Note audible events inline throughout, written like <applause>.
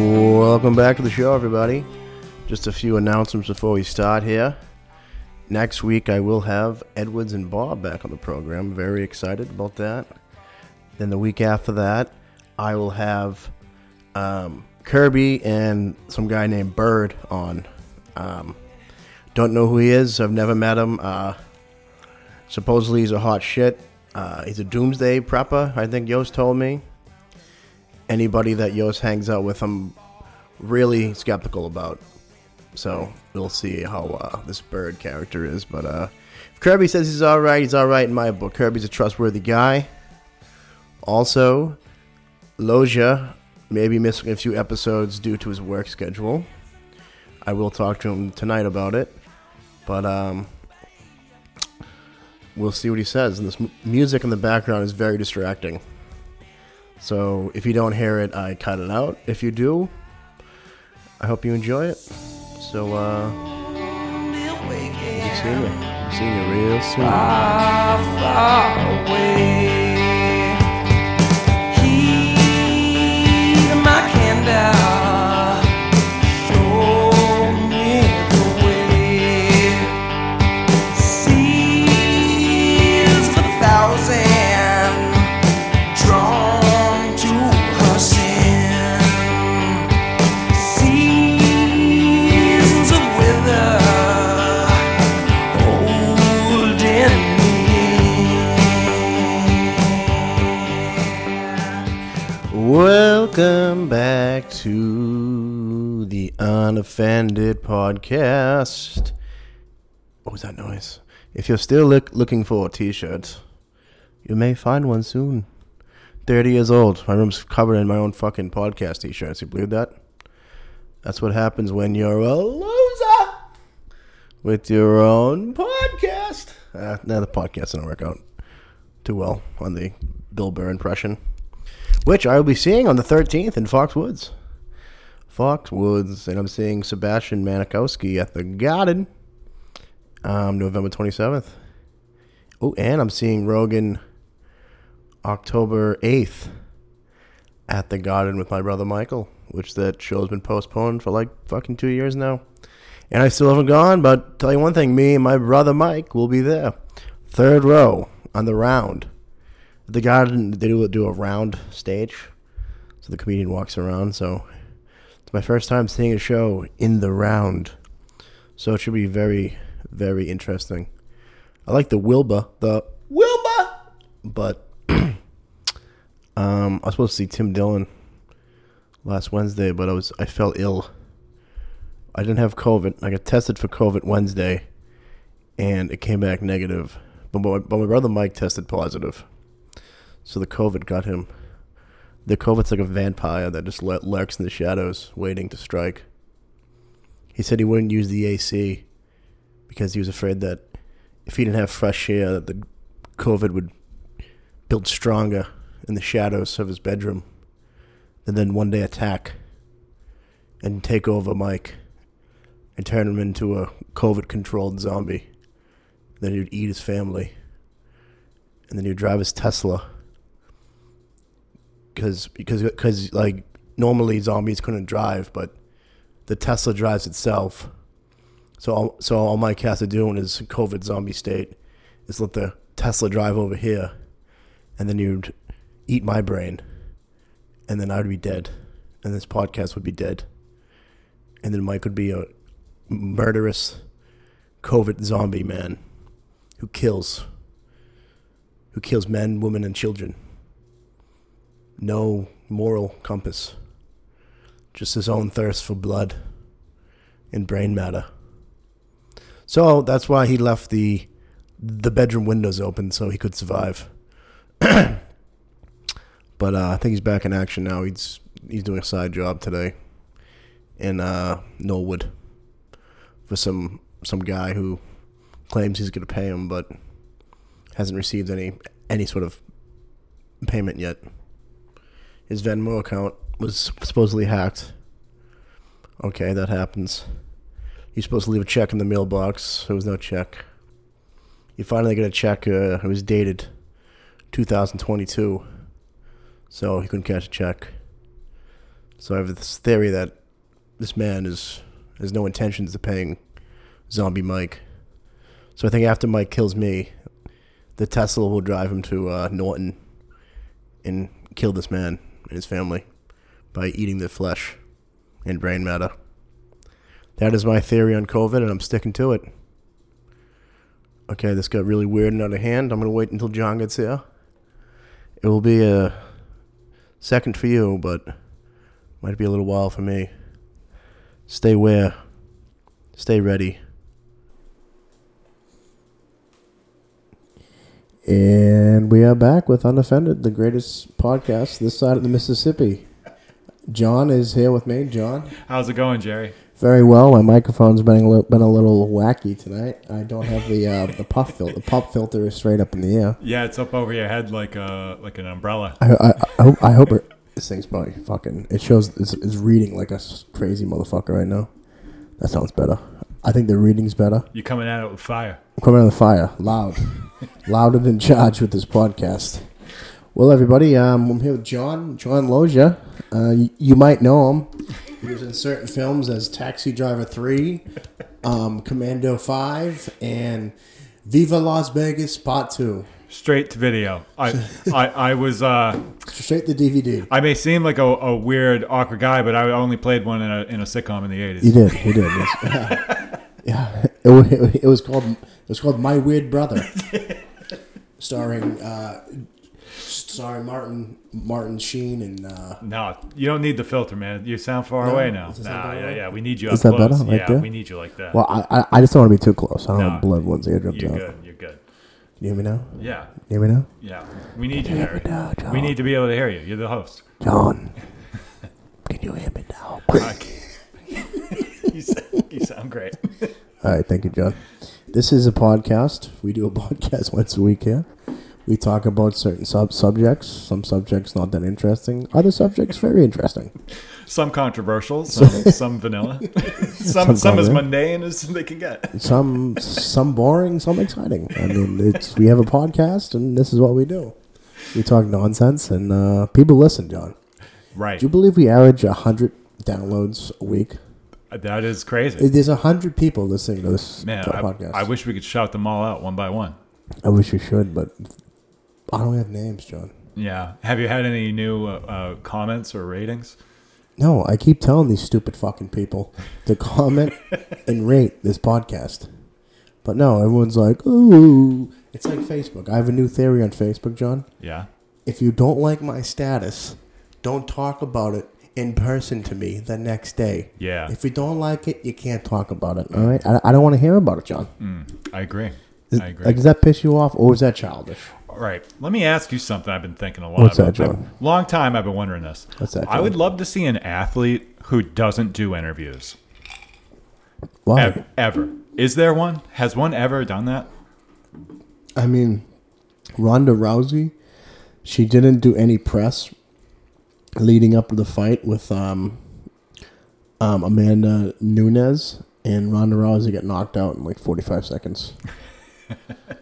Welcome back to the show, everybody. Just a few announcements before we start here. Next week, I will have Edwards and Bob back on the program. Very excited about that. Then the week after that, I will have um, Kirby and some guy named Bird on. Um, don't know who he is. I've never met him. Uh, supposedly, he's a hot shit. Uh, he's a doomsday prepper. I think Yost told me. Anybody that Yost hangs out with, I'm really skeptical about. So we'll see how uh, this bird character is. But uh, if Kirby says he's all right, he's all right in my book. Kirby's a trustworthy guy. Also, Loja may be missing a few episodes due to his work schedule. I will talk to him tonight about it, but um, we'll see what he says. And this m- music in the background is very distracting. So if you don't hear it, I cut it out. If you do, I hope you enjoy it. So, uh, see you. See you real soon. Drawn to her sin. Seasons of weather holding Welcome back to the Unoffended Podcast. What was that noise? If you're still look, looking for t shirts, you may find one soon. 30 years old. My room's covered in my own fucking podcast t shirts. You believe that? That's what happens when you're a loser with your own podcast. Uh, now the podcast didn't work out too well on the Bill Burr impression which I will be seeing on the 13th in Foxwoods. Foxwoods, and I'm seeing Sebastian Manikowski at the Garden, um, November 27th. Oh, and I'm seeing Rogan October 8th at the Garden with my brother Michael, which that show's been postponed for like fucking two years now. And I still haven't gone, but tell you one thing, me and my brother Mike will be there. Third row on the round the garden they do do a round stage, so the comedian walks around. So it's my first time seeing a show in the round, so it should be very very interesting. I like the Wilbur the Wilbur, but <clears throat> um, I was supposed to see Tim Dillon last Wednesday, but I was I felt ill. I didn't have COVID. I got tested for COVID Wednesday, and it came back negative. But my, but my brother Mike tested positive. So the COVID got him. The COVID's like a vampire that just lur- lurks in the shadows, waiting to strike. He said he wouldn't use the AC because he was afraid that if he didn't have fresh air, that the COVID would build stronger in the shadows of his bedroom, and then one day attack and take over Mike and turn him into a COVID-controlled zombie. Then he'd eat his family, and then he'd drive his Tesla because because because like normally zombies couldn't drive, but the Tesla drives itself. So all, so all Mike has to do in his COVID zombie state is let the Tesla drive over here, and then you'd eat my brain, and then I'd be dead, and this podcast would be dead, and then Mike would be a murderous COVID zombie man who kills who kills men, women, and children no moral compass, just his own thirst for blood and brain matter. So that's why he left the the bedroom windows open so he could survive. <clears throat> but uh, I think he's back in action now. He's he's doing a side job today in uh, Norwood for some some guy who claims he's going to pay him, but hasn't received any any sort of payment yet his Venmo account was supposedly hacked. Okay, that happens. You're supposed to leave a check in the mailbox. There was no check. You finally get a check. Uh, it was dated 2022, so he couldn't cash a check. So I have this theory that this man is has no intentions of paying Zombie Mike. So I think after Mike kills me, the Tesla will drive him to uh, Norton and kill this man and his family by eating their flesh and brain matter. That is my theory on COVID, and I'm sticking to it. Okay, this got really weird and out of hand. I'm gonna wait until John gets here. It will be a second for you, but might be a little while for me. Stay where. Stay ready. And we are back with Unoffended, the greatest podcast this side of the Mississippi. John is here with me. John, How's it going, Jerry? very well. My microphone's been a, li- been a little wacky tonight. I don't have the uh, the puff filter. The pop filter is straight up in the air. Yeah, it's up over your head like a like an umbrella. I, I, I hope, I hope it, this thing's probably fucking. It shows it's, it's reading like a s- crazy motherfucker right now. That sounds better. I think the reading's better. You're coming at it with fire. I'm coming out of the fire, loud, louder than charged with this podcast. Well, everybody, um, I'm here with John John Loja. Uh, you, you might know him. He was in certain films as Taxi Driver Three, um, Commando Five, and Viva Las Vegas Part Two. Straight to video. I <laughs> I, I was uh Straight the DVD. I may seem like a, a weird awkward guy, but I only played one in a in a sitcom in the He eighties. did. He did. Yes. <laughs> yeah. It, wa- it, wa- it was called. It was called My Weird Brother, starring uh, starring Martin Martin Sheen and uh, No, you don't need the filter, man. You sound far away now. does it sound Nah, far yeah, away? yeah. We need you Is up that close. better? Like yeah, that? we need you like that. well, I, I I just don't want to be too close. I don't want No. to blow everyone's eardrums you're out. good. You're good. You hear me now? Yeah, You hear me now? yeah. We need you, hear Jerry. me now, John? We need to be able to hear you. You're the <laughs> host. John, can you hear me now? I can't- you, sound, you sound great. All right, thank you, John. This is a podcast. We do a <laughs> podcast once a week here. We talk about certain sub subjects. Some subjects not that interesting. Other subjects very interesting. Some controversial, some <laughs> some vanilla, some some as vanilla. mundane as they can get. some some boring, some exciting. I mean, it's we have a podcast, and this is what we do. We talk nonsense, and uh, people listen. John, Right. do you believe we average hundred downloads a week? That is crazy. There's hundred people listening to this Man, to our I, podcast. I wish we could shout them all out one by one. I wish we should, but I don't have names, John. Yeah. Have you had any new uh, uh, comments or ratings? No, I keep telling these stupid fucking people to <laughs> comment and rate this podcast. But no, everyone's like, ooh. It's like Facebook. I have a new theory on Facebook, John. Yeah. if you don't like my status, don't talk about it in person to me the next day. Yeah. If you don't like it, you can't talk about it. All right. I, I don't want to hear about it, John. I agree. I agree. Like, does that piss you off, or is that childish? All right. Let me ask you something I've been thinking a lot What's about. that, John? I- long time I've been wondering this. What's that, I would John? love to see an athlete who doesn't do interviews. Why? Ever. ever. Is there one? Has one ever done that? I mean, Ronda Rousey, she didn't do any press leading up to the fight with um, um, Amanda Nunes, and Ronda Rousey got knocked out in like 45 <laughs> seconds.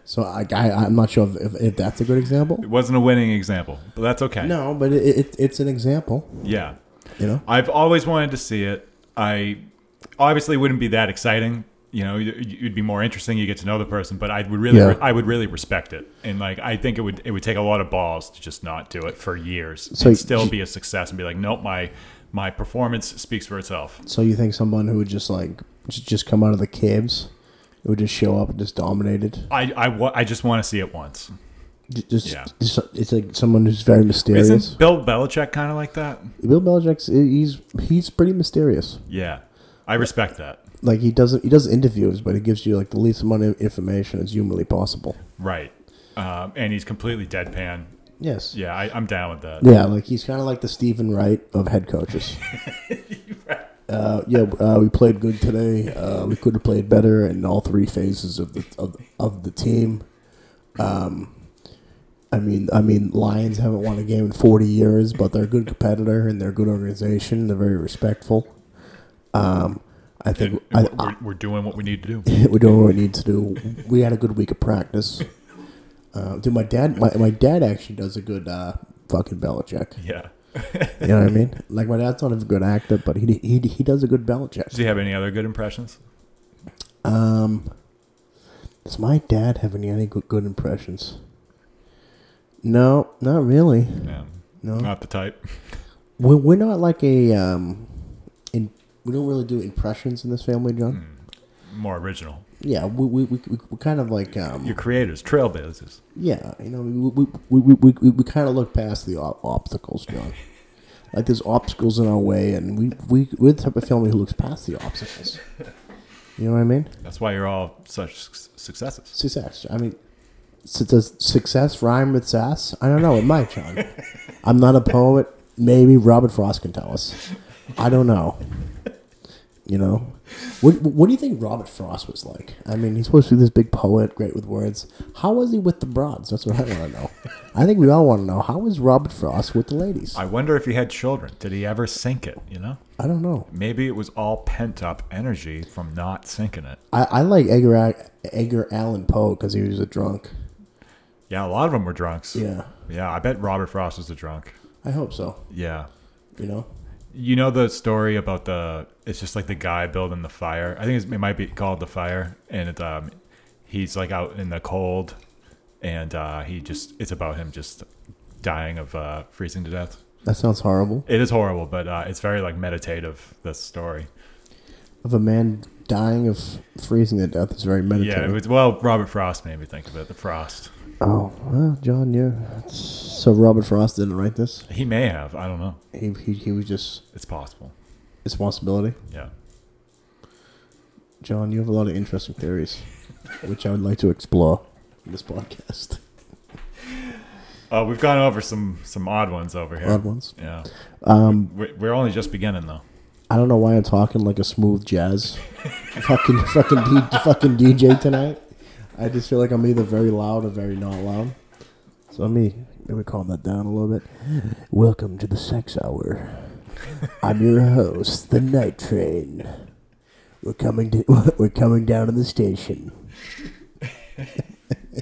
so I, I, I'm not sure if, if, if that's a good example. It wasn't a winning example, but that's okay. No, but it, it, it's an example, Yeah. you know? I've always wanted to see it. I obviously it wouldn't be that exciting. You know, it'd be more interesting. You get to know the person, but I would really, Yeah. I would really respect it. And like, I think it would, it would take a lot of balls to just not do it for years So- and still be a success and be like, nope, my, my performance speaks for itself. So you think someone who would just like j- just come out of the caves would just show up and just dominated? I, I, wa- I just want to see it once. J- Just, Yeah. just it's like someone who's very mysterious. Isn't Bill Belichick kind of like that? Bill Belichick's he's he's pretty mysterious. Yeah, I respect that. Like he doesn't he does interviews, but he gives you like the least amount of information as humanly possible. Right. Um, and he's completely deadpan. Yes. Yeah, I, I'm down with that. Yeah, Uh, like he's kind of like the Stephen Wright of head coaches. Uh, yeah, uh, we played good today. Uh, we could have played better in all three phases of the of, of the team. Um, I mean, I mean, Lions haven't won a game in forty years, but they're a good competitor and they're a good organization. They're very respectful. Um, I think I, We're, we're, we're doing what we need to do. we're doing what <laughs> we need to do. We had a good week of practice. Uh, dude, my dad, my, my dad actually does a good uh, fucking Belichick. Yeah. <laughs> You know what I mean? <laughs> Like my dad's not a good actor, but he he he does a good Belichick. Does he have any other good impressions? Um, does my dad have any any good, good impressions? No, not really. Yeah. No, Not the type. we're, we're not like a um, in we don't really do impressions in this family, John. More original. Yeah, we we we we we're kind of like um, Your creators, trailblazers. Yeah, you know, we we, we, we, we, we kind of look past the ob- obstacles, <laughs> John. like there's obstacles in our way, and we we we're the type of family who looks past the obstacles. You know what I mean? That's why you're all such su- successes. Success. I mean, s- does success rhyme with sass? I don't know. It might, John. I'm not a poet. Maybe Robert Frost can tell us. I don't know. You know, what what do you think Robert Frost was like? I mean, he's supposed to be this big poet, great with words. How was he with the broads? That's what I want to know. I think we all want to know. How was Robert Frost with the ladies? I, I wonder if he had children. Did he ever sink it, you know? don't know. Maybe it was all pent up energy from not sinking it. I, I like Edgar A- Edgar Allan Poe because he was a drunk. Yeah, a lot of them were drunks. Yeah, Yeah, I bet Robert Frost was a drunk. I hope so. Yeah. You know, You know the story about the it's just like the guy building the fire. I think it's, it might be called the fire, and it, um, he's like out in the cold, and uh, he just it's about him just dying of uh, freezing to death. that sounds horrible. It is horrible, but uh, it's very like meditative. This story. of a man dying of freezing to death is very meditative. Yeah, it was, well, Robert Frost made me think of it. The Frost. oh, well, John, yeah. that's- So Robert Frost didn't write this. He may have. I don't know. He he, he was just It's possible. responsibility. Yeah. John, you have a lot of interesting theories, which I would like to explore in this podcast. Uh, we've gone over some some odd ones over here. Odd ones. Yeah. Um, We- We're only just beginning though. I don't know why I'm talking like a smooth jazz, <laughs> fucking fucking D, fucking DJ tonight. I just feel like I'm either very loud or very not loud. So let me let me calm that down a little bit. Welcome to the Sex Hour. I'm your host, the Night Train. We're coming to <laughs> we're coming down to the station. <laughs>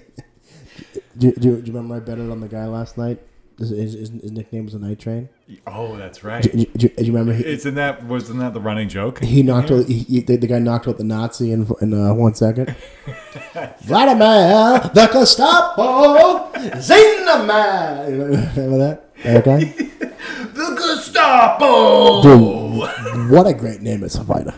do, do, do you remember I betted on the guy last night? His, his, his nickname was the Night Train. Oh, that's Do, right. do, do, do you remember? He, It's in that wasn't that the running joke? he knocked out he, he- the, the guy knocked out the Nazi in, in uh, one second. <laughs> Vladimir the Gestapo Zinnemann. You know- <laughs> Remember that? Okay. The Gestapo. Dude, what a great name as a fighter.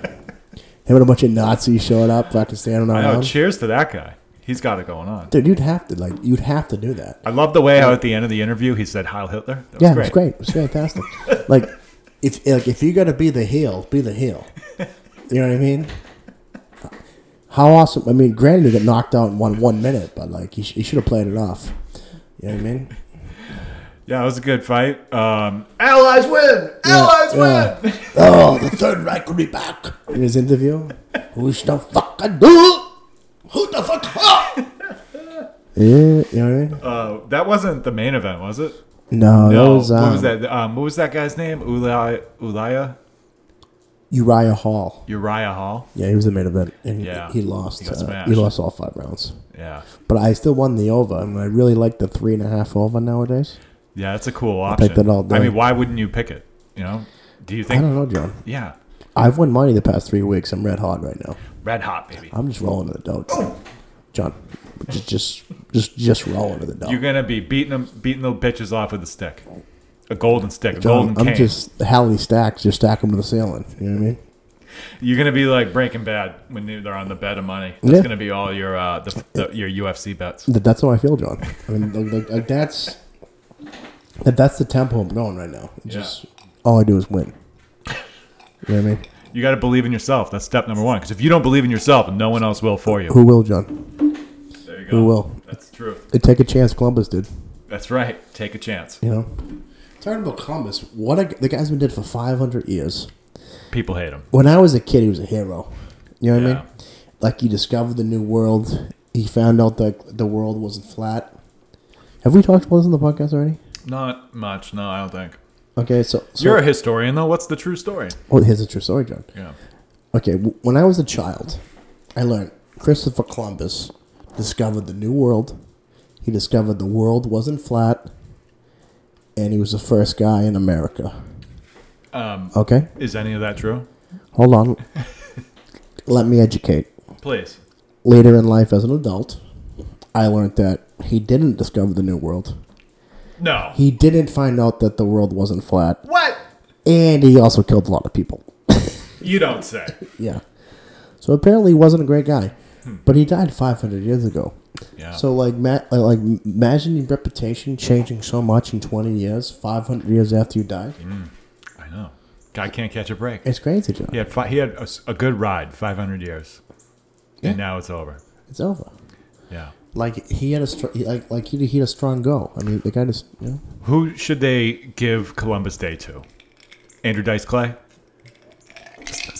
Him and a bunch of Nazis showing up, fucking standing I know. around. Oh, Cheers to that guy. He's got it going on. Dude, you'd have to like, you'd have to do that. I love the way how at the end of the interview he said "Heil Hitler." That was yeah, great. it was great. It was fantastic. like, if like if you're gonna be the heel, be the heel. You know what I mean? How awesome! I mean, granted, he got knocked out in one one minute, but like he, sh- he should have played it off. You know what I mean? Yeah, it was a good fight. Um, Allies win. Allies yeah. win. <laughs> Oh, the Third Reich will be back in his interview. Who's the fuck I do? Who the fuck? <laughs> Are? Yeah, you know what I mean? Uh, that wasn't the main event, was it? No, that No. was, um, what was that? Um, what was that guy's name? Uli Uliah Uriah Hall. Uriah Hall. Yeah, he was the main event, and Yeah. he lost. He got uh, he smashed. lost all five rounds. Yeah. But I still won the over. I mean, I really like the three and a half over nowadays. Yeah, that's a cool option. picked it all I day. mean, why wouldn't you pick it? You know? Do you I think? don't know, John. Yeah, I've won money the past three weeks. I'm red hot right now. red hot, baby. I'm just rolling to the dough, John. John, just just just just rolling to the dough. You're gonna be beating them, beating the bitches off with a stick, a golden stick, a John, golden I'm cane. just Halley stacks, just stack them to the ceiling. You know what I mean? You're gonna be like Breaking Bad when they- they're on the bed of money. That's Yeah. gonna be all your uh, the, the, your UFC bets. That, that's how I feel, John. I mean, like, like, like that's that, that's the tempo I'm going right now. It's Yeah. Just all I do is win. You know what I mean? You got to believe in yourself. That's step number one. Because if you don't believe in yourself, no one else will for you. Who will, John? There you go. who will? That's true. Take a chance, Columbus, dude. That's right. Take a chance. You know, talking about Columbus, what a, the guy's been dead for 500 years. People hate him. When I was a kid, he was a hero. You know what I Yeah. mean? Like he discovered the new world. He found out that the world wasn't flat. Have we talked about this on the podcast already? Not much. No, I don't think. Okay, so, so You're a historian, though. What's the true story? oh, here's a true story, John. Yeah. Okay, w- when I was a child, I learned Christopher Columbus discovered the new world. He discovered the world wasn't flat, and he was the first guy in America. Um, okay, Is any of that true? hold on. Let me educate. Please. Later in life, as an adult, I learned that he didn't discover the new world. No. He didn't find out that the world wasn't flat, What? and he also killed a lot of people. <laughs> You don't say. Yeah. So apparently, he wasn't a great guy, but he died 500 years ago. Yeah. So like, ma- like, like imagine your reputation changing so much in 20 years, 500 years after you die. I know. Guy can't catch a break. It's crazy, John. He had fi- he had a, s- a good ride, 500 years, and now it's over. It's over. Yeah. Like he had a str- he- like like he he had a strong go. I mean, the guy just you know. Who should they give Columbus Day to? Andrew Dice Clay.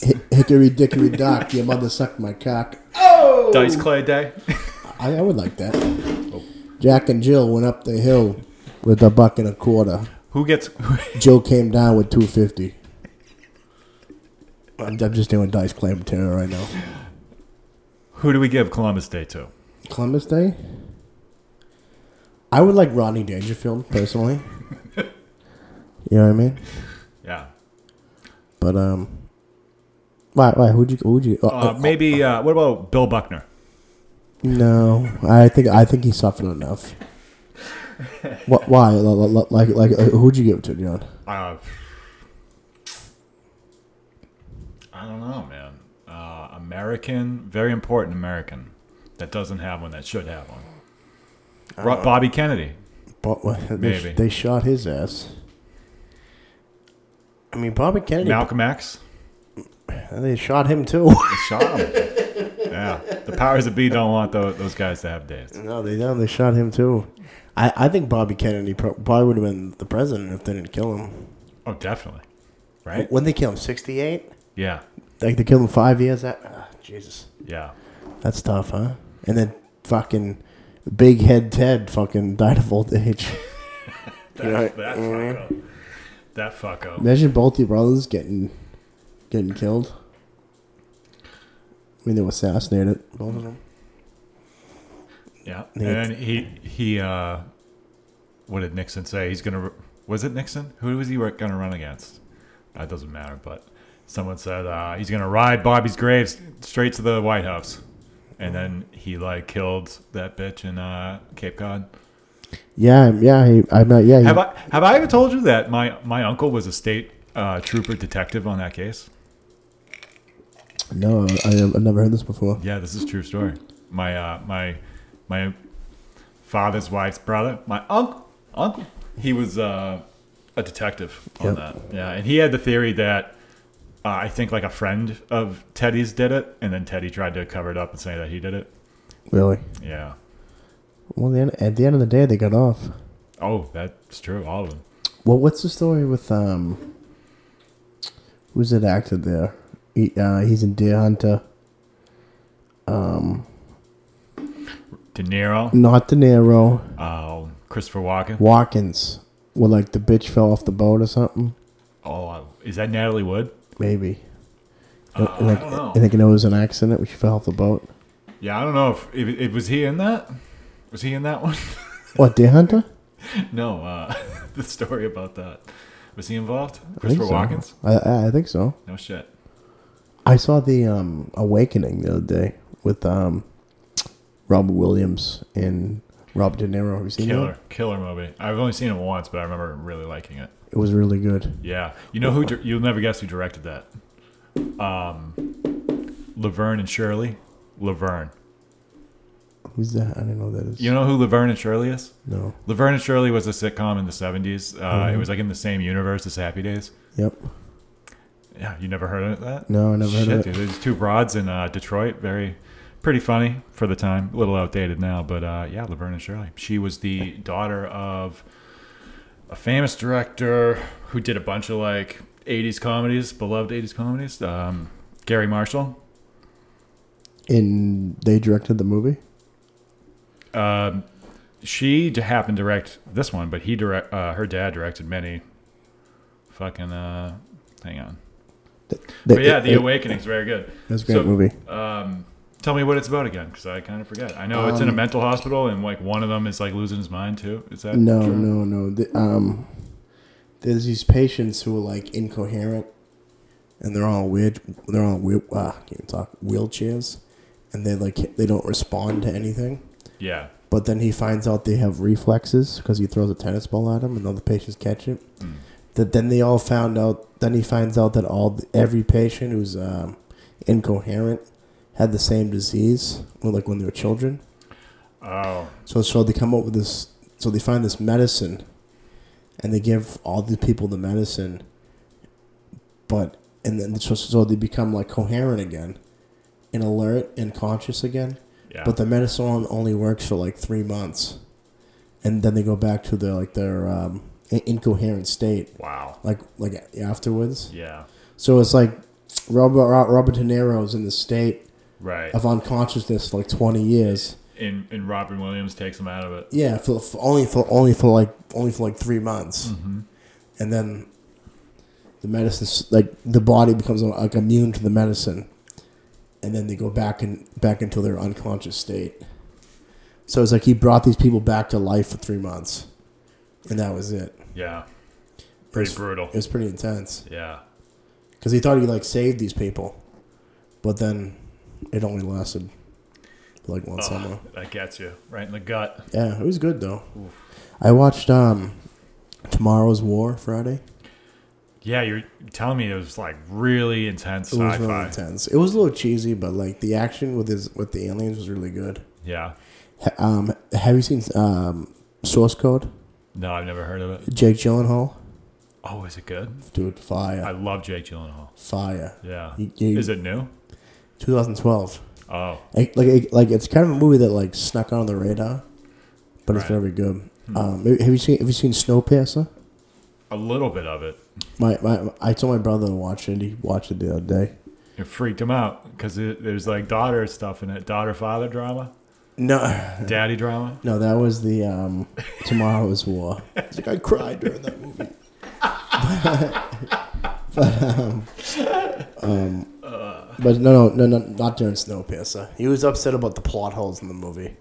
Hi- Hickory dickory dock, your mother sucked my cock. Dice Clay Day. <laughs> I, I would like that. Jack and Jill went up the hill with a buck and a quarter. Who gets? <laughs> Jill came down with two fifty. I'm, I'm just doing dice claim terror right now. Who do we give Columbus Day to? Columbus Day. I would like Rodney Dangerfield personally. you know what I mean? Yeah. But um, why? Why? Who'd you? Who'd you? oh, Uh, oh, maybe. Uh, what about Bill Buckner? No, I think I think he suffered enough. What? Why? Li- li- Like, like, uh, who'd you give it to, John? Uh, I don't know, man. Uh, American, very important American that doesn't have one that should have one. Ro- Bobby Kennedy. But what- they, Maybe. they shot his ass. I mean, Bobby Kennedy. Malcolm X. They shot him too. <laughs> They shot him. yeah. The powers that be don't want those, those guys to have days. no, they don't. They shot him too. I, I think Bobby Kennedy pro- probably would have been the president if they didn't kill him. Oh, definitely. Right? When they kill him, sixty eight. Yeah. Like they killed him five years. At, ah, Jesus, Yeah. that's tough, huh? And then fucking big head Ted <laughs> fucking died of old <laughs> age. You know, That Mm-hmm. fuck up. That fuck up. Imagine both your brothers getting, getting killed. I mean, they were assassinated. Both of them. Yeah. And then he, he, uh, what did Nixon say? He's going to, was it Nixon? Who was he going to run against? That doesn't matter, but someone said, uh, he's going to ride Bobby's grave s- straight to the White House. And then he, like, killed that bitch in, uh, Cape Cod. Yeah, um, yeah, he, I'm not. Yeah, he, Have I, have I ever told you that my, my uncle was a state, uh, trooper detective on that case? no, I, I've never heard this before. Yeah, this is a true story. My uh, my my father's wife's brother, my uncle, uncle, he was uh, a detective on Yep. that. Yeah, and he had the theory that uh, I think like a friend of Teddy's did it, and then Teddy tried to cover it up and say that he did it. Really? Yeah. Well, the end- at the end of the day, they got off. Oh, that's true. All of them. Well, what's the story with um? Who's it acted there? He, uh, he's in Deer Hunter. De Niro, Not De Niro. uh, Christopher Walken. Watkins. Well, like the bitch fell off the boat or something. Oh, uh, is that Natalie Wood? Maybe. and, like, Oh, don't know. and like, it was an accident when she fell off the boat. Yeah, I don't know if, if, if was he in that. Was he in that one? <laughs> What, Deer Hunter? No, uh, <laughs> the story about that. Was he involved? I think <laughs> Christopher so. Watkins? I, I, I think so. No shit. I saw the um, Awakening the other day with um, Robert Williams and Rob De Niro. Have you seen Killer, that? killer movie. I've only seen it once, but I remember really liking it. It was really good. Yeah, you know who? dir- You'll never guess who directed that. Um, Laverne and Shirley. Laverne. Who's that? I don't know who that is. You know who Laverne and Shirley is? no. Laverne and Shirley was a sitcom in the '70s. Uh, Mm-hmm. It was like in the same universe as Happy Days. Yep. Yeah, you never heard of that? No, I never heard of Shit, it. dude, there's two broads in uh, Detroit. Very, pretty funny for the time. A little outdated now, but uh, yeah, Laverne and Shirley. She was the daughter of a famous director who did a bunch of like '80s comedies, beloved '80s comedies. Um, Gary Marshall. And they directed the movie? She d- happened to direct this one, but he direct. Uh, her dad directed many. Fucking uh, hang on. But yeah, The Awakening's very good. That's a great So, movie. Tell me what it's about again, because I kind of forget. I know it's Um, in a mental hospital, and like one of them is like losing his mind too. Is that No, true? no, no. The, um, there's these patients who are like incoherent, and they're all weird. They're all weird. Ah, can't even talk. Wheelchairs, and they like they don't respond to anything. Yeah. But then he finds out they have reflexes because he throws a tennis ball at them, and all the patients catch it. That then they all found out. Then he finds out that all every patient who's um, incoherent had the same disease, well, like when they were children. Oh. So so they come up with this. So they find this medicine, and they give all the people the medicine. But and then so, so they become like coherent again, and alert and conscious again. Yeah. But the medicine only works for like three months, and then they go back to their like their um, in- incoherent state, wow. like like afterwards. Yeah. So it's like Robert Robert De Niro's in the state Right. of unconsciousness for like twenty years. And and Robin Williams takes him out of it. Yeah, for, for only for only for like only for like three months, Mm-hmm. and then the medicine like the body becomes like immune to the medicine, and then they go back and back into their unconscious state. So it's like he brought these people back to life for three months, and that was it. Yeah. It Pretty was- brutal. It was pretty intense Yeah. because he thought he like saved these people, but then it only lasted like one summer. That gets you right in the gut. Yeah, it was good though. I watched um Tomorrow's War Friday. Yeah, you're telling me it was like really intense It was sci-fi. really intense. It was a little cheesy, but like the action with his with the aliens was really good. Yeah. Ha- Um, have you seen um Source Code? No, I've never heard of it. Jake Gyllenhaal, Oh, is it good? dude, I fire, love Jake Gyllenhaal. fire. Yeah. You- you- Is it new? 2012. Oh, Like, like it- like it's kind of a movie that like snuck on the radar, but it's Right. Hmm. very good. Um, have you seen have you seen Snowpiercer? a little bit of it. My, my I told my brother to watch it. He watched it the other day. It freaked him out because there's like daughter stuff in it, daughter father drama, <sighs> <laughs> No, daddy drama. No, that was the um, Tomorrow's War. It's like I cried during that movie. <laughs> but um, um, but no, no, no, no, not during Snowpiercer. He was upset about the plot holes in the movie.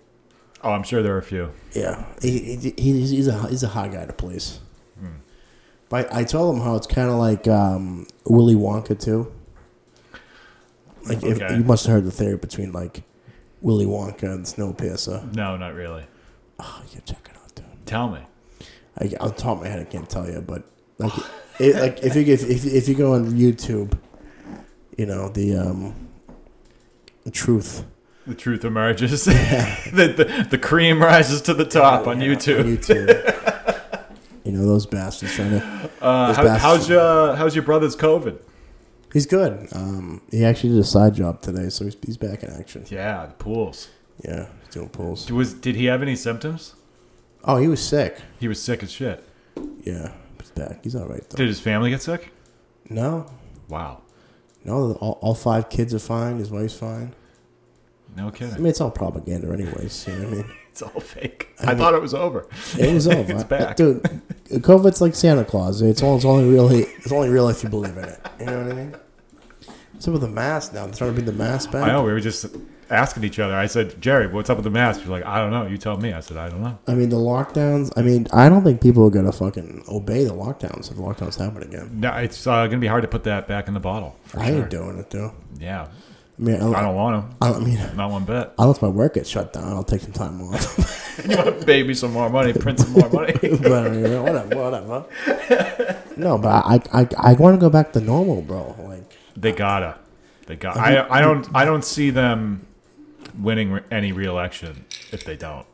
Oh, I'm sure there are a few. Yeah, he, he, he's, he's a he's a hard guy to please. Hmm. But I, I tell him how it's kind of like um, Willy Wonka too. Like if, Okay. you must have heard the theory between like Willy Wonka and <sighs> Snowpiercer. No, not really. Oh, you check it out, dude. Tell me. I, on top of my head, I can't tell you, but like, it, like if you if, if if you go on YouTube, you know the um, truth The truth emerges. <laughs> the, the the cream rises to the top on Yeah, YouTube. on YouTube, <laughs> you know those bastards trying to. Uh, those how, bastards- how's your uh, how's your brother's COVID? He's good. Um, he actually did a side job today, so he's, he's back in action. Yeah, the pools. Yeah, he's doing pulls. Was did he have any symptoms? Oh, he was sick. He was sick as shit. Yeah, he's back. He's all right though. Did his family get sick? No, Wow. no, all, all five kids are fine. His wife's fine. No I kidding. mean, it's all propaganda, anyways. You know what I mean? <laughs> It's all fake. I thought it was over. It <laughs> was over. It's back. Dude, COVID's like Santa Claus. It's only, it's only really it's only real if you believe in it. You know what I mean? So with the mask now, they're trying to bring the mask back. I know we were just asking each other. I said, Jerry, what's up with the mask? You're like, I don't know. You tell me. I said, I don't know. I mean the lockdowns. I mean, I don't think people are gonna fucking obey the lockdowns if the lockdowns happen again. No, it's uh, gonna be hard to put that back in the bottle. For I sure. ain't doing it though. Yeah, I mean, I, I don't want I, don't, I mean, him. Not one bit. <laughs> unless my work gets shut down, I'll take some time off. <laughs> You want to baby some more money, print some more money. but I mean, whatever, whatever. No, but I I, I want to go back to normal, bro. Like they gotta. They got. I I don't I don't see them winning re- any reelection if they don't.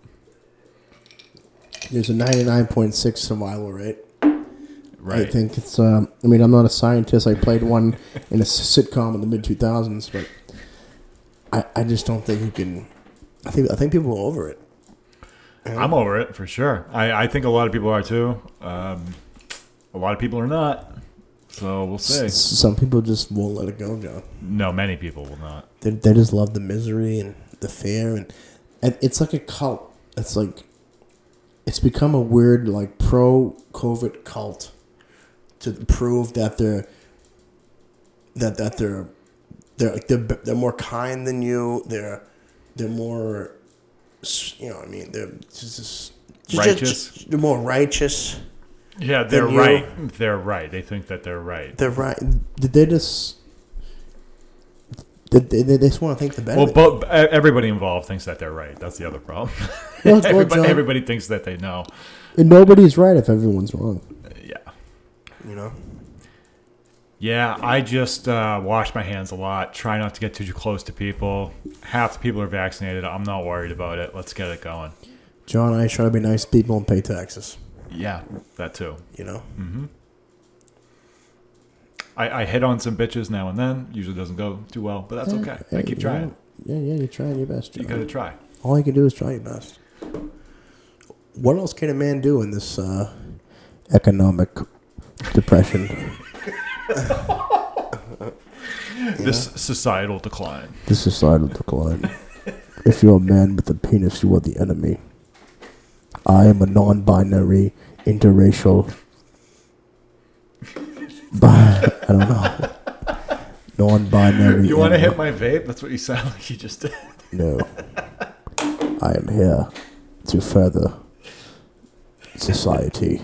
there's a ninety nine point six survival rate. I Right. think it's. Um, I mean, I'm not a scientist. I played one in a sitcom in the mid 2000s, but I, I just don't think you can. I think I think people are over it. I'm over it for sure. I, I think a lot of people are too. Um, a lot of people are not. So we'll S- see. Some people just won't let it go, John. No, many people will not. They, they just love the misery and the fear, and, and it's like a cult. It's like it's become a weird like pro COVID cult to prove that they're that that they're they're like they're, they're more kind than you. They're they're more s- you know what I mean they're just, just just- Righteous. just- they're more righteous. Yeah, they're you- <laughs> right. They're right. They think that they're right. They're right. Did they just? Did they, they they just want to think the better? Well, but e, everybody involved thinks that they're right. That's the other problem. Well, <laughs> well, everybody, John, everybody thinks that they know. and nobody's right if everyone's wrong. Yeah. You know. Yeah, I just uh, wash my hands a lot. Try not to get too close to people. Half the people are vaccinated. I'm not worried about it. Let's get it going. John, I try to be nice to people and pay taxes. Yeah, that too. You know. I, I hit on some bitches now and then. Usually doesn't go too well, but that's okay. I Hey, keep you trying. know, Yeah, yeah, you're trying your best. You John. gotta try. All you can do is try your best. What else can a man do in this uh, economic <laughs> depression, This societal decline. this societal decline? If you're a man with a penis, you are the enemy. I am a non-binary, interracial. <laughs> Bi- I don't <laughs> know. Non-binary. You want to animal. hit my vape? That's what you sound <laughs> like you just did. No. I am here to further society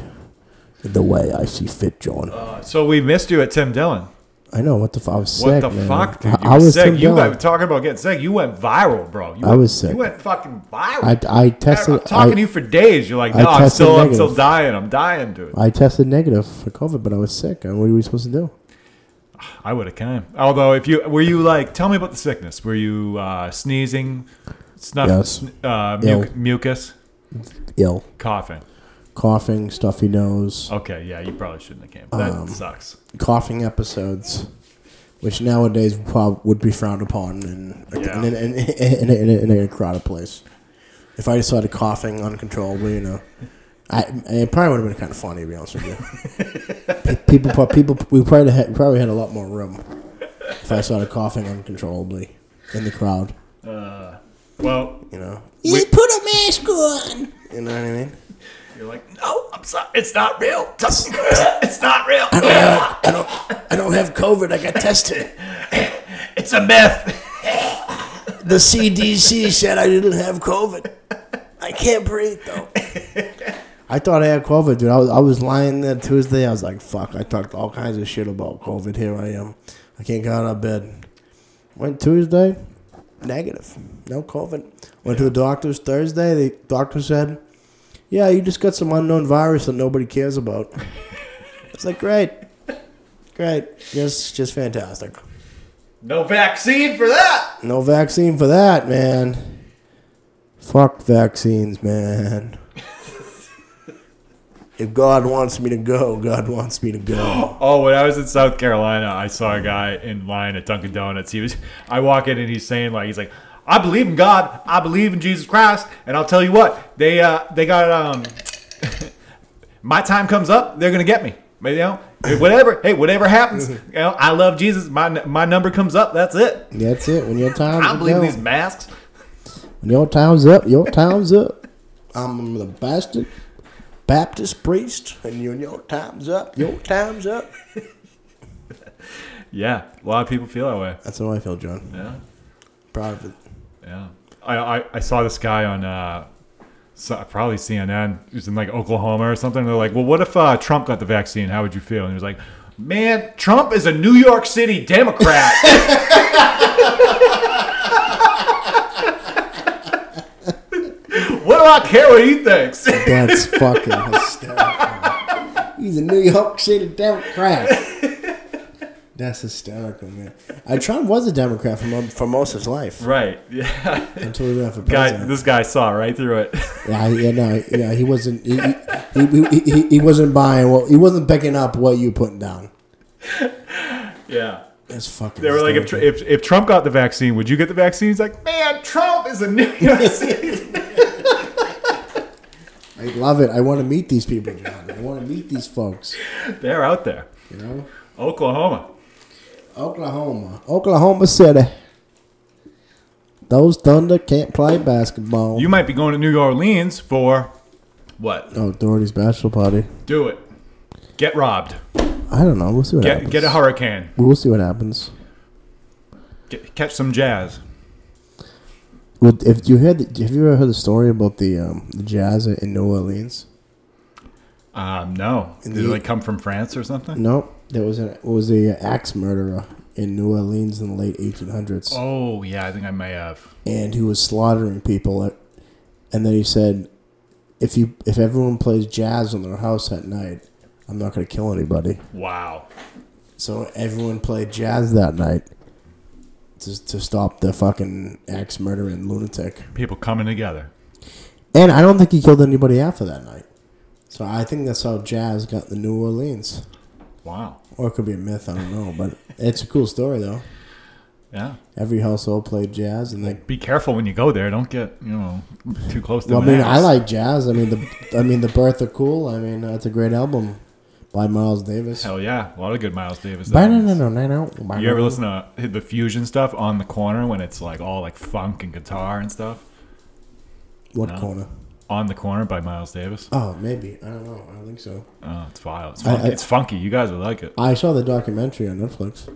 in the way I see fit, John. Uh, So we missed you at Tim Dillon. I know what the fuck. I was sick. What the man. fuck, dude? I- You I were was sick. sick. you were talking about getting sick. You went viral, bro. You I went- was sick. You went fucking viral. I, I I'm tested. talking to I, you for days. You're like, I no, I'm tested still, I'm still negative. dying. I'm dying, dude. I tested negative for COVID, but I was sick. And what are we supposed to do? I would have came. Although, if you were you like, tell me about the sickness. Were you uh, sneezing, snuff, Yes. sn- uh, Ill. mu- mucus, Ill, coughing? coughing, stuffy nose, Okay, yeah, you probably shouldn't have came. That Um, sucks. coughing episodes, which nowadays would prob- would be frowned upon in Yeah. in, in, in, in, in, in, a crowded place. If I just started coughing uncontrollably, you know, I it probably would have been kind of funny to be honest with you. <laughs> Pe- people, pro- people, we probably had probably had a lot more room if I started coughing uncontrollably in the crowd. Well, You know, you put a mask on. You know what I mean? you're like, no, I'm sorry. It's not real. <laughs> It's <coughs> not real. I don't, I don't have COVID. I got tested. It's a myth. The CDC said I didn't have COVID. I can't breathe though. I thought I had COVID, dude. I was I was lying there Tuesday. I was like, "Fuck!" I talked all kinds of shit about COVID. Here I am. I can't get out of bed. Went Tuesday, negative, no COVID. Went to the doctor's Thursday. The doctor said, "Yeah, you just got some unknown virus that nobody cares about." it's like great, great, just just fantastic. No vaccine for that. No vaccine for that, man. Fuck vaccines, <laughs> man. if God wants me to go, God wants me to <gasps> go. Oh, when I was in South Carolina, I saw a guy in line at Dunkin' Donuts. He was, I walk in and he's saying like, he's like, I believe in God, I believe in Jesus Christ, and I'll tell you what, they uh, they got um, <laughs> my time comes up, they're gonna get me. You know, whatever. Hey, whatever happens, you know, I love Jesus. My my number comes up. That's it. That's it. When your time's I up, believe in these masks. when your time's up, your time's up. I'm the bastard Baptist priest, and your your time's up. Your time's up. Yeah, a lot of people feel that way. That's how I feel, John. Yeah. Proud of it. Yeah, I, I, I saw this guy on uh, so- probably CNN. He was in like Oklahoma or something. They're like, well, what if uh, Trump got the vaccine? How would you feel? And he was like, man, Trump is a New York City Democrat. <laughs> what do I care what he thinks? <laughs> That's fucking hysterical. He's a New York City Democrat. That's hysterical, man. Uh, Trump was a Democrat for, mo- for most of his life right. Yeah. until he ran for Guy, president. this guy saw right through it. <laughs> yeah, yeah, no, yeah, he wasn't. He, he, he, he, he wasn't buying. Well, he wasn't picking up what you putting down. yeah. That's fucking. They were like, if, Tr- hysterical. if, if Trump got the vaccine, would you get the vaccine? He's like, man, Trump is a New York <laughs> City I love it. I want to meet these people, John. I want to meet these folks. They're out there. You know, Oklahoma. Oklahoma, Oklahoma City. Those Thunder can't play basketball. You might be going to New Orleans for what? Oh, Doherty's bachelor party. Do it. Get robbed. I don't know. We'll see what Get happens. get a hurricane. We'll see what happens. Get, catch some jazz. Well, if you heard, the, have you ever heard the story about the um, the jazz in New Orleans? Um, no. In Did it the- like come from France or something? Nope, there was a was a uh, axe murderer in New Orleans in the late 1800s, Oh yeah, I think I may have. and who was slaughtering people. At, and then he said, "If you if everyone plays jazz on their house at night, I'm not going to kill anybody." Wow. So everyone played jazz that night to to stop the fucking axe murdering lunatic. People coming together. And I don't think he killed anybody after that night. So I think that's how jazz got the New Orleans. Wow. Or it could be a myth, I don't know, but it's a cool story though. Yeah. Every household played jazz, and they. Be careful when you go there. Don't get you know too close to. Well, I the mean, I mass. like jazz. I mean, the I mean, the Birth of Cool. I mean, that's a great album by Miles Davis. Hell yeah, a lot of good Miles Davis. Ba- no, albums. no, no, no, no. You ever listen to uh, the fusion stuff on the corner when it's like all like funk and guitar and stuff? What No. corner? On the corner by Miles Davis. Oh, maybe I don't know. I don't think so. Oh, it's vile. It's I- funky. I- it's funky. You guys would like it. I saw the documentary on Netflix.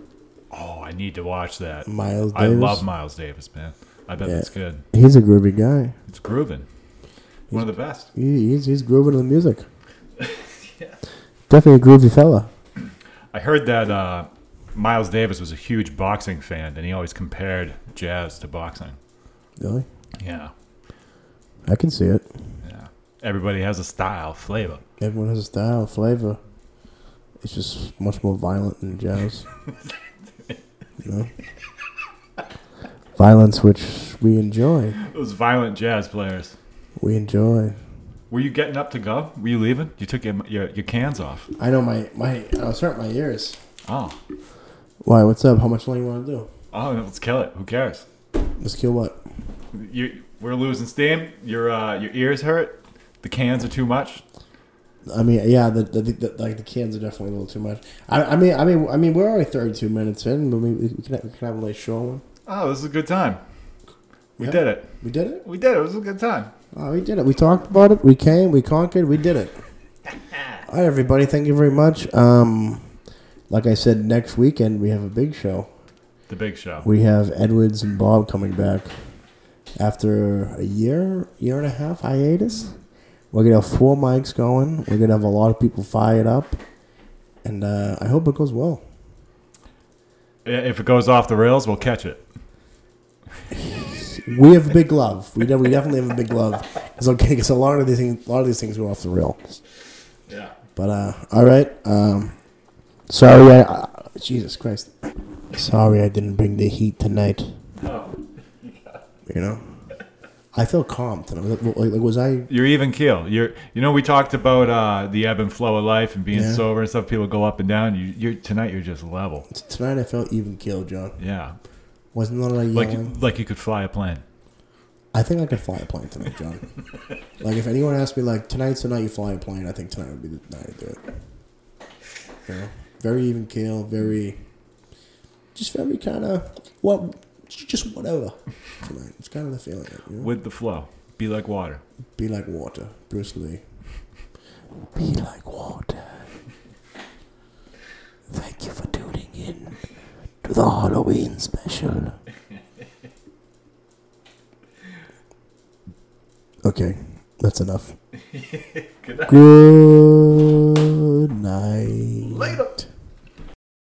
Oh, I need to watch that. Miles I Davis. love Miles Davis, man. I bet Yeah. that's good. He's a groovy guy. It's grooving. One of the best. He, he's he's grooving to the music. <laughs> Definitely a groovy fella. I heard that uh, Miles Davis was a huge boxing fan, and he always compared jazz to boxing. Really, Yeah, I can see it. yeah. Everybody has a style, flavor. Everyone has a style, flavor. It's just much more violent than <laughs> jazz. you know? Violence which we enjoy. Those violent jazz players. We enjoy. Were you getting up to go? Were you leaving? You took your your, your cans off. I know my, my I was hurting my ears. Oh, Why, what's up? How much longer you wanna do? oh, let's kill it. Who cares? Let's kill what? You, we're losing steam. Your uh, your ears hurt. The cans are too much. I mean, yeah, the, the, the like the cans are definitely a little too much. I, I mean, I mean, I mean, we're already thirty-two minutes in, but we, we can we can have a late short one. Oh, this is a good time. We Yeah. did it. We did it. We did it. It was a good time. Oh, we did it. We talked about it. We came. We conquered. We did it. All right, everybody. Thank you very much. Um, like I said, next weekend we have a big show. The big show. We have Edwards and Bob coming back after a year, year and a half hiatus. We're gonna have four mics going. We're gonna have a lot of people fired up, and uh, I hope it goes well. If it goes off the rails, we'll catch it. We have a big love. We, de- we definitely have a big love. It's okay because a lot of these things, a lot of these things go off the rail. Yeah. But uh, all right. Um, sorry, I, uh, Jesus Christ. Sorry, I didn't bring the heat tonight. You know, I feel calm tonight. Like, like, like, was I? You're even keel. You're, you know, we talked about uh, the ebb and flow of life and being Yeah. sober and stuff. People go up and down. You, you're tonight. You're just level. t- Tonight I felt even killed, John. Yeah, Wasn't that like like yelling? like you could fly a plane. I think I could fly a plane tonight, John. <laughs> like if anyone asked me, like tonight's the night you fly a plane, I think tonight would be the night to do it. You know, very even keel, very, just very kind of what, just whatever tonight. It's kind of the feeling. You know? with the flow. Be like water. Be like water, Bruce Lee. <laughs> Be like water. Thank you for tuning in to the Halloween special. okay, that's enough. Good night. Later.